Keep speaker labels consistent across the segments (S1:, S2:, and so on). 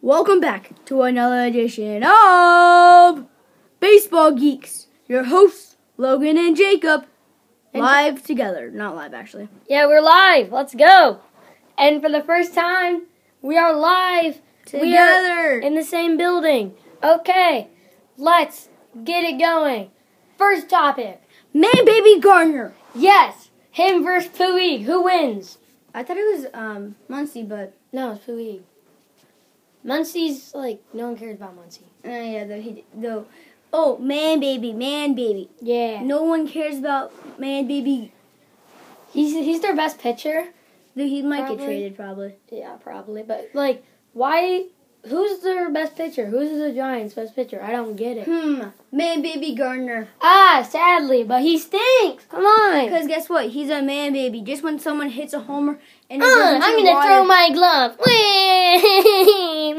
S1: Welcome back to another edition of Baseball Geeks. Your hosts, Logan and Jacob,
S2: And-
S1: live together. Not live, actually.
S2: Yeah, we're live. Let's go. And for the first time, we are live We are
S1: Together.
S2: in the same building. Okay, let's get it going. First topic.
S1: May Baby Gardner.
S2: Yes, him versus Puig. Who wins?
S1: I thought it was um Muncie, but
S2: No, it's Puig. Muncie's like no one cares about Muncie.
S1: uh, yeah, though he though. Oh, man, baby, man, baby.
S2: Yeah.
S1: No one cares about man, baby.
S2: He's he's their best pitcher.
S1: Though he might
S2: Probably.
S1: get traded, probably.
S2: Yeah, probably. But like, why? Who's their best pitcher? Who's the Giants' best pitcher? I don't get it.
S1: Hmm. Man, baby Gardner.
S2: Ah, sadly, but he stinks. Come on.
S1: Because guess what? He's a man baby. Just when someone hits a homer and it
S2: Uh,
S1: goes into
S2: I'm
S1: the
S2: gonna
S1: water,
S2: throw my glove.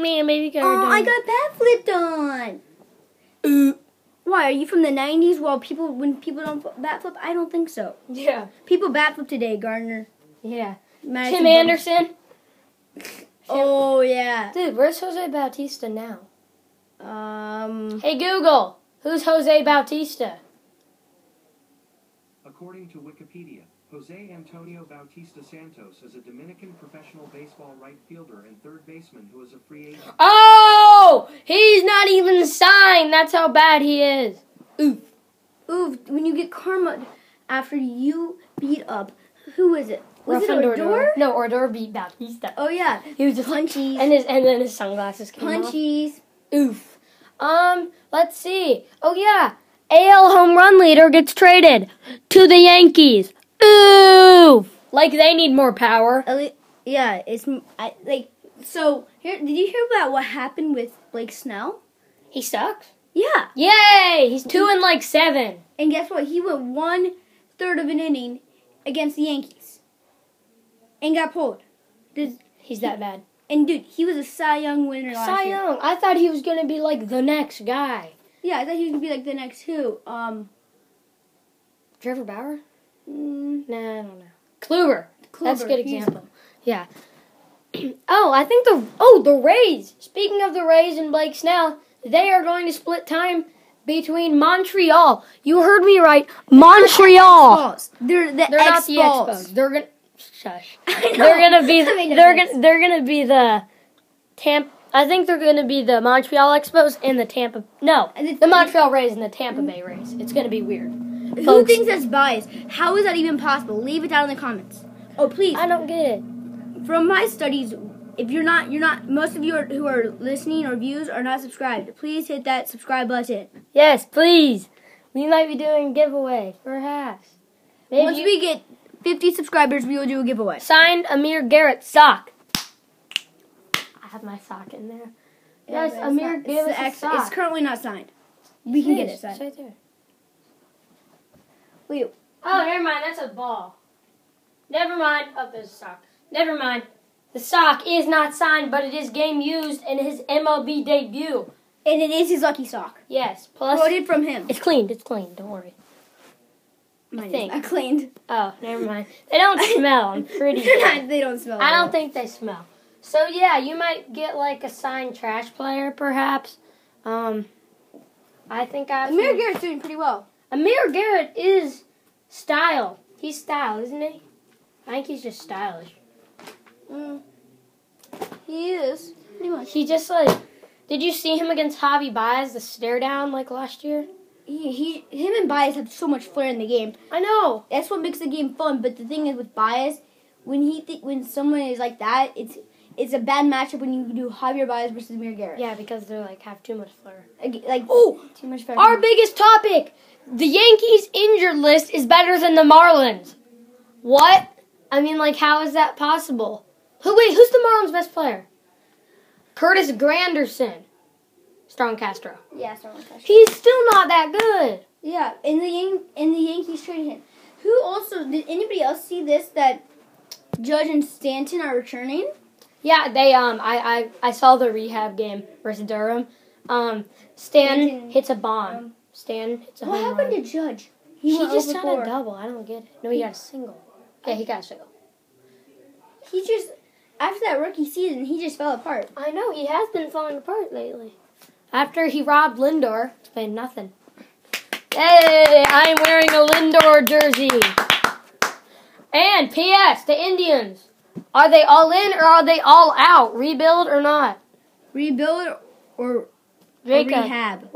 S2: Man, baby got
S1: Oh, I got bat flipped on.
S2: Uh.
S1: Why are you from the '90s? Well, people when people don't f- bat flip, I don't think so.
S2: Yeah.
S1: People bat flip today. Gardner,
S2: Yeah.
S1: Madison
S2: Tim
S1: Bum-
S2: Anderson.
S1: Oh yeah.
S2: Dude, where's Jose Bautista now?
S1: Um.
S2: Hey Google, who's Jose Bautista?
S3: According to Wikipedia, Jose Antonio Bautista Santos is a Dominican professional baseball right fielder and third baseman who is a free agent.
S2: Oh! He's not even signed. That's how bad he is.
S1: Ooh, when you get karma after you beat up, who is it? Was it
S2: Rafael
S1: Odor?
S2: No, Ordor beat Bautista.
S1: Oh yeah,
S2: He was just
S1: Punchies.
S2: and his and then his sunglasses came off.
S1: punchies.
S2: Oof. Um, let's see. Oh yeah, AL home run leader gets traded to the Yankees. Oof. Like they need more power.
S1: Ele- yeah, it's m I like so. Here, did you hear about what happened with Blake Snell?
S2: He sucks.
S1: Yeah,
S2: Yay! He's two and like seven.
S1: and guess what? He went one third of an inning against the Yankees, and got pulled. Does-
S2: He's that bad.
S1: And dude, he was a Cy Young winner last
S2: Cy
S1: year.
S2: Young. I thought he was gonna be like the next guy.
S1: Yeah, I thought he was gonna be like the next who. Um,
S2: Trevor Bauer?
S1: mm,
S2: Nah, I don't know. Kluber. That's a
S1: Kluber,
S2: good
S1: he's-
S2: example. Yeah. oh, I think the oh the Rays. Speaking of the Rays and Blake Snell, they are going to split time between Montreal. You heard me right, Montreal.
S1: Balls. They're the
S2: They're not
S1: X
S2: the
S1: balls.
S2: Expos. E They're gonna shush.
S1: I know.
S2: They're gonna be
S1: That made no
S2: they're
S1: sense.
S2: gonna they're gonna be the Tampa. I think they're gonna be the Montreal Expos and the Tampa. No,
S1: And it's-
S2: the Montreal Rays and the Tampa Bay Rays. It's gonna be weird.
S1: Who
S2: folks.
S1: thinks that's biased? How is that even possible? Leave it down in the comments. Oh please.
S2: I don't get it.
S1: From my studies, if you're not, you're not. Most of you are, who are listening or views are not subscribed. Please hit that subscribe button.
S2: Yes, please. We might be doing giveaway, perhaps. Maybe
S1: Once we get 50 subscribers, we will do a giveaway.
S2: signed Amir Garrett sock. I have my sock in there. Yes,
S1: Yeah, but
S2: Amir
S1: it's not-
S2: gave
S1: it's
S2: us
S1: the
S2: a
S1: ex-
S2: sock.
S1: It's currently not signed. We can get it signed.
S2: right there.
S1: Wait,
S2: Oh, never mind. That's a ball. Never mind. Oh, there's a sock. Never mind. The sock is not signed, but it is game used in his MLB debut.
S1: and it is his lucky sock.
S2: Yes. Plus,
S1: Quoted from him.
S2: it's cleaned. It's cleaned. Don't worry.
S1: Mine is
S2: think.
S1: not cleaned.
S2: Oh, never mind. They don't smell. I'm pretty.
S1: They're
S2: sure.
S1: not- they don't smell.
S2: I
S1: at
S2: don't
S1: all.
S2: think they smell. So yeah, you might get like a signed trash player, perhaps. Um, I think I.
S1: Amir Garrett's doing pretty well.
S2: Amir Garrett is style. He's style, isn't he? I think he's just stylish.
S1: Mm. He is pretty much.
S2: He just like. Did you see him against Javi Baez the stare down like last year?
S1: He, he, him and Bias have so much flair in the game.
S2: I know.
S1: That's what makes the game fun. But the thing is with Bias, when he th- when someone is like that, it's it's a bad matchup when you do Javier Bias versus Amir Garrett.
S2: Yeah, because they're like have too much flair.
S1: Ag- Like
S2: Oh,
S1: too much fun.
S2: Our biggest topic the Yankees' injured list is better than the Marlins. What? I mean, like, how is that possible? Who, wait, who's the Marlins' best player? Curtis Granderson. Strong Castro.
S1: yeah, sorry, my question.
S2: He's still not that good.
S1: Yeah, and the Yan- and the Yankees traded him. Who also did anybody else see this that Judge and Stanton are returning?
S2: Yeah, they, um, I, I, I saw the rehab game versus Durham. Um, Stan
S4: Mm-hmm.
S1: Stanton,
S2: hits a bomb.
S1: um,
S2: Stan hits a
S1: What
S2: home
S1: happened
S2: run.
S1: to Judge?
S2: He,
S1: went
S2: just
S1: overboard.
S2: shot a double. I don't get it. No, he got a single. Yeah, he got a single.
S1: He just after that rookie season, he just fell apart.
S4: I know he has been falling apart lately.
S2: After he robbed Lindor, it's been nothing. Hey, I'm wearing a Lindor jersey. And P.S. The Indians. Are they all in or are they all out? Rebuild or not?
S1: Rebuild or, or
S2: Jacob.
S1: rehab?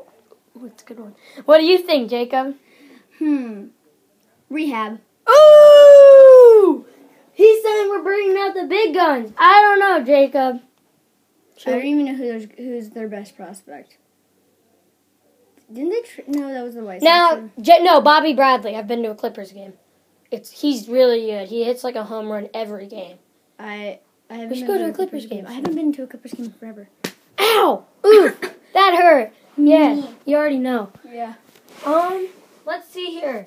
S2: Ooh, it's a good one. What do you think, Jacob?
S1: Hmm. Rehab.
S2: Ooh! He's saying we're bringing out the big guns. I don't know, Jacob.
S1: I don't even know who their, who's their best prospect. Didn't they? Tr- no, that was the White Sox.
S2: Now, J- no, Bobby Bradley. I've been to a Clippers game. It's he's really good. He hits like a home run every game.
S1: I I haven't
S2: We should
S1: been
S2: go to a Clippers game.
S1: I haven't been to a Clippers game in forever.
S2: Ow! Oof! that hurt. Yeah, you already know.
S1: Yeah.
S2: Um, let's see here.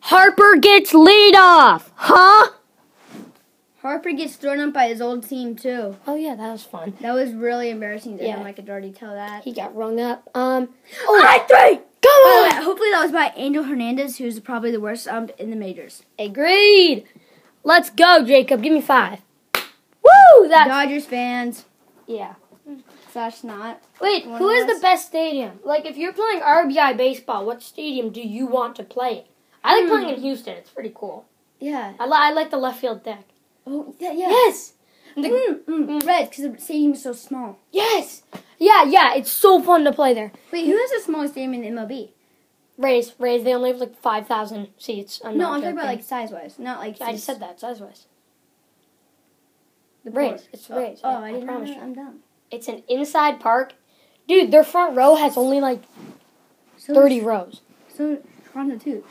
S2: Harper gets lead off, huh?
S1: Harper gets thrown up by his old team too.
S2: Oh yeah, that was fun.
S1: That was really embarrassing to
S2: Yeah.
S1: him. I could already tell that.
S2: He got rung up. Um,
S1: Oh, I three.
S2: come
S1: By the
S2: on.
S1: way, hopefully that was by Angel Hernandez, who's probably the worst ump in the majors.
S2: Agreed. Let's go, Jacob. Give me five. Woo! That
S1: Dodgers fans
S2: yeah.
S1: slash not.
S2: Wait,
S1: One
S2: who
S1: of
S2: is
S1: us?
S2: the best stadium? Like, if you're playing RBI baseball, what stadium do you want to play? in? I like
S1: Hmm.
S2: playing in Houston. It's pretty cool.
S1: Yeah.
S2: I, li- I like the left field deck.
S1: Oh yeah. yeah.
S2: Yes. The-
S1: Mm, mm, Red, because the stadium is so small.
S2: Yes. Yeah, yeah. It's so fun to play there.
S1: Wait, who has the smallest stadium in MLB?
S2: Rays, Rays. They only have like five thousand seats. I'm
S1: No,
S2: not
S1: I'm talking about
S2: joking.
S1: like size wise, not like.
S2: I just said that size wise.
S1: the
S2: Rays.
S1: poor.
S2: It's Rays.
S1: Oh,
S2: I-
S1: I,
S2: I
S1: didn't
S2: promise
S1: know.
S2: you.
S1: that. I'm dumb.
S2: It's an inside park. Dude, their front row has only like
S1: So
S2: thirty rows.
S1: So Toronto too.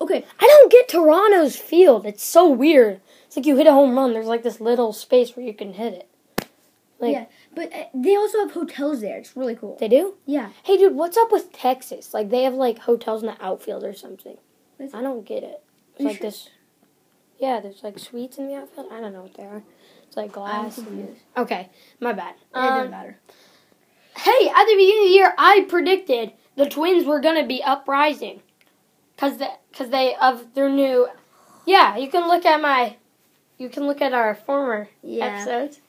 S1: Okay,
S2: I don't get Toronto's field. It's so weird. It's like you hit a home run. There's like this little space where you can hit it. Like
S1: yeah, but uh, they also have hotels there. It's really cool.
S2: they do.
S1: Yeah,
S2: Hey, dude, what's up with Texas? Like, they have like hotels in the outfield or something.
S1: Is it-
S2: I don't get it. It's
S1: You
S2: like
S1: sure?
S2: this. Yeah, there's like suites in the outfield. I don't know what they are. It's like glass. and-
S1: confused.
S2: Okay, my bad.
S1: it doesn't
S2: Um,
S1: matter.
S2: hey, at the beginning of the year, I predicted the Twins were gonna be uprising, cause the, cause they of their new. Yeah, you can look at my, you can look at our former
S1: Yeah.
S2: episodes,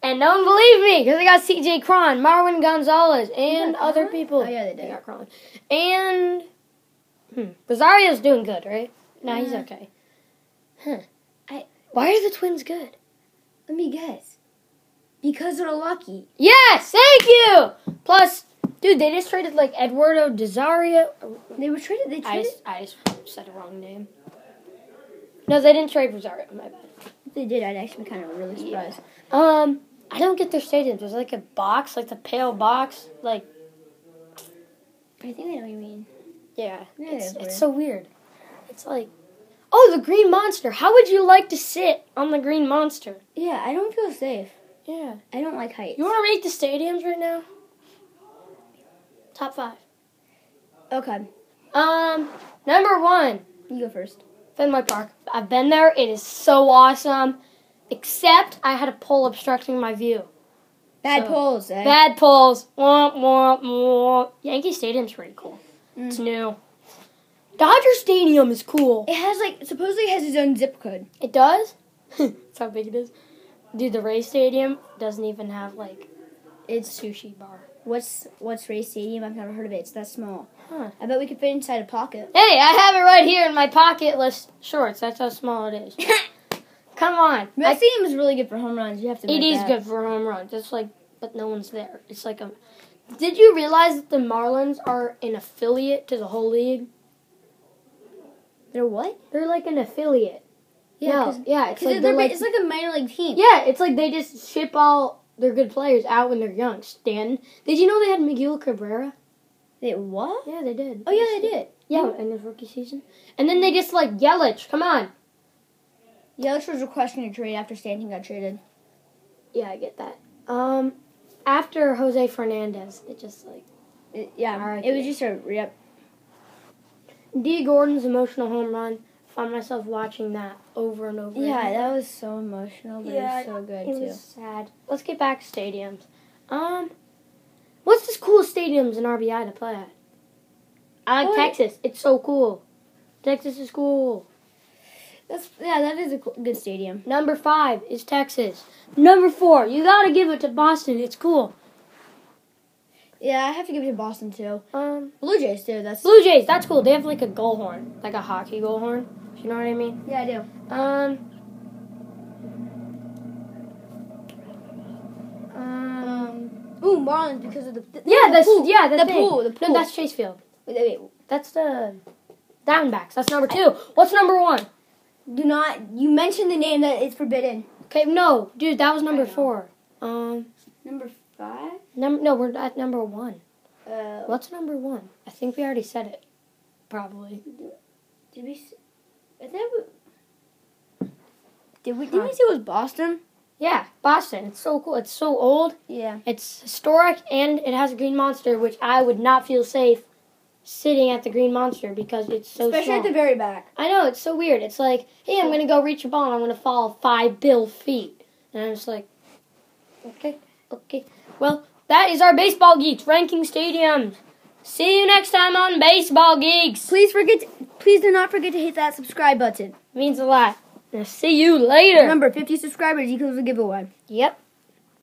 S2: and no one believed me because I got C.J. Cron, Marwin Gonzalez, and
S1: got
S2: other
S1: Cron?
S2: people.
S1: Oh, yeah, they did.
S2: got Cron, and hmm, Rosario's doing good, right? No, he's
S1: Yeah.
S2: okay. Huh.
S1: I-
S2: Why are the Twins good?
S1: Let me guess. Because they're lucky.
S2: Yes, thank you. Plus, dude, they just traded like Eduardo Desario.
S1: They were traded. They
S2: I
S1: traded.
S2: just, I just said the wrong name. No, they didn't trade Rosario. My bad.
S1: If they did. I'd actually be kind of really
S2: Yeah.
S1: surprised.
S2: Um, I don't get their stadiums. There's like a box, like the pale box. Like,
S1: I think I know what you mean.
S2: yeah,
S1: Yeah,
S2: it's,
S1: it's
S2: it's,
S1: weird.
S2: so weird. It's like, oh, the Green Monster. How would you like to sit on the Green Monster?
S1: Yeah, I don't feel safe.
S2: Yeah.
S1: I don't like heights.
S2: You want to rate the stadiums right now? Top five.
S1: okay,
S2: Um, number one.
S1: you go first.
S2: Fenway Park. I've been there. It is so awesome. Except I had a pole obstructing my view.
S1: Bad
S2: So-
S1: polls. Eh?
S2: Bad poles. Womp, womp, womp. Yankee Stadium's pretty cool. It's new. Dodger Stadium is cool.
S1: It has like supposedly has its own zip code.
S2: It does? That's how big it is. Dude, the Ray Stadium doesn't even have like
S1: It's
S2: sushi bar.
S1: What's what's Ray Stadium? I've never heard of it. It's that small.
S2: Huh.
S1: I bet we could fit inside a pocket.
S2: Hey, I have it right here in my pocketless shorts. That's how small it is. Come on.
S1: Ray Stadium is really good for home runs. You have to.
S2: It
S1: admit
S2: is
S1: that.
S2: good for home runs. It's like, but no one's there. It's like a. Did you realize that the Marlins are an affiliate to the whole league?
S1: They're what?
S2: They're like an affiliate.
S1: Yeah,
S2: Yeah, no, yeah. It's
S1: Because
S2: like,
S1: they're
S2: they're like,
S1: it's like a minor league team.
S2: yeah, it's like they just ship all their good players out when they're young. Stanton. Did you know they had Miguel Cabrera?
S1: They what?
S2: Yeah, they did.
S1: Oh yeah, they did.
S2: Yeah, in his rookie season. And then they just like Yelich. Come on.
S1: Yelich was requesting a trade after Stanton got traded.
S2: Yeah, I get that. Um, after Jose Fernandez, it just like.
S1: It- yeah,
S2: Alright,
S1: it was
S2: yeah.
S1: just a yep.
S2: D. Gordon's emotional home run. Found myself watching that over and over.
S1: Yeah,
S2: again.
S1: that was so emotional, but
S2: Yeah,
S1: it was so good
S2: it
S1: too.
S2: was sad. Let's get back to stadiums. Um, what's the coolest stadiums in RBI to play at? I like
S1: What?
S2: Texas. It's so cool. Texas is cool.
S1: That's yeah, that is a cool, good stadium.
S2: Number five is Texas. Number four, you gotta give it to Boston. It's cool.
S1: Yeah, I have to give it to Boston too.
S2: Um,
S1: Blue Jays too. That's
S2: Blue Jays, that's cool. They have like a goal horn, like a hockey goal horn. You know what I mean?
S1: yeah, I do.
S2: Um,
S1: Um, ooh, Marlins because of the th-
S2: yeah, that's
S1: pool.
S2: yeah, the,
S1: The
S2: thing.
S1: pool, the pool.
S2: No, that's Chase Field.
S1: Wait, wait, wait.
S2: That's the Diamondbacks. That's number two. What's number one?
S1: do not. You mentioned the name that it's forbidden.
S2: Okay, no, dude, that was number
S1: I know.
S2: four. Um,
S1: Number five.
S2: num- no, we're at number one.
S1: Uh,
S2: What's number one? I think we already said it. Probably.
S1: Did we? s- I think we- Did we? Did we see it was Boston?
S2: Yeah, Boston. It's so cool. It's so old.
S1: Yeah.
S2: It's historic and it has a green monster, which I would not feel safe sitting at the green monster because it's so
S1: Especially
S2: small.
S1: at the very back.
S2: I know it's so weird. It's like, hey, I'm gonna go reach a ball and I'm gonna fall five bill feet, and I'm just like, okay, okay. Well, that is our baseball geeks ranking stadiums. See you next time on Baseball Geeks.
S1: Please forget. To, please do not forget to hit that subscribe button.
S2: Means a lot. Now, see you later.
S1: Remember, 50 subscribers equals a giveaway.
S2: Yep.